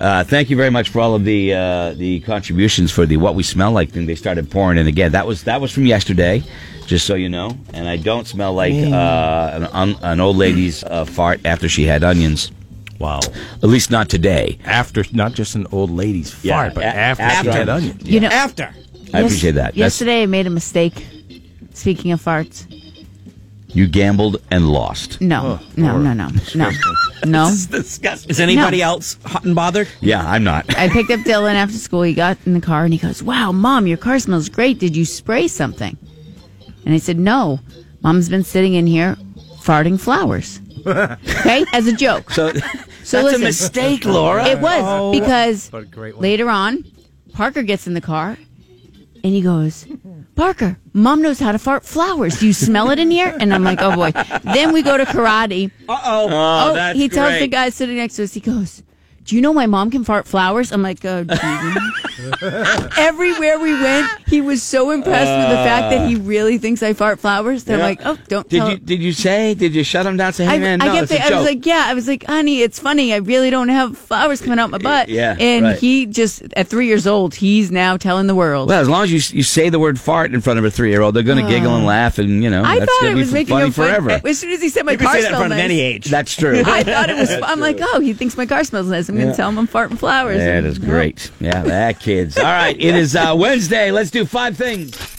Uh, thank you very much for all of the uh, the contributions for the what we smell like thing. They started pouring in again. That was that was from yesterday, just so you know. And I don't smell like uh, an, an old lady's uh, fart after she had onions. Wow. At least not today. After, not just an old lady's Yeah, fart, but a- after, after. she had onions. You know, After. I appreciate that. That's- Yesterday, I made a mistake. Speaking of farts, You gambled and lost. no, no, no, no, no, no. Disgusting. Is anybody No. else hot and bothered? Yeah, I'm not. I picked up Dylan after school. He got in the car and he goes, "Wow, mom, your car smells great. Did you spray something?" And I said, "No, mom's been sitting in here farting flowers." okay, as a joke. So, So that's listen. a mistake, Laura. It was because but Oh. a great one. later on, Parker gets in the car and he goes, Parker, mom knows how to fart flowers. Do you smell it in here? And I'm like, oh boy. Then we go to karate. Uh oh. oh, that's he tells the great. guy sitting next to us, he goes, do you know my mom can fart flowers? I'm like, oh, Jesus." Everywhere we went, he was so impressed with the fact that he really thinks I fart flowers. They're Yeah. like, oh, don't Did tell you did you say? Did you shut him down? Say, hey I, man, I Eh, no, get it's the, a I joke. was like, yeah. I was like, honey, it's funny. I really don't have flowers coming out my butt. Eh, Yeah, And right. he just, at three years old, he's now telling the world. well, as long as you you say the word fart in front of a three year old, they're going to giggle and laugh, and you know Uh. I that's thought going it to be was f- making funny a fun, forever. As soon as he said my You can car say that in smells front of nice, any age. that's true. I thought it was. I'm like, oh, he thinks my car smells nice. I'm going to tell him I'm farting flowers. That is great. Yeah, that kids. All right, it is uh, Wednesday. Let's do five things.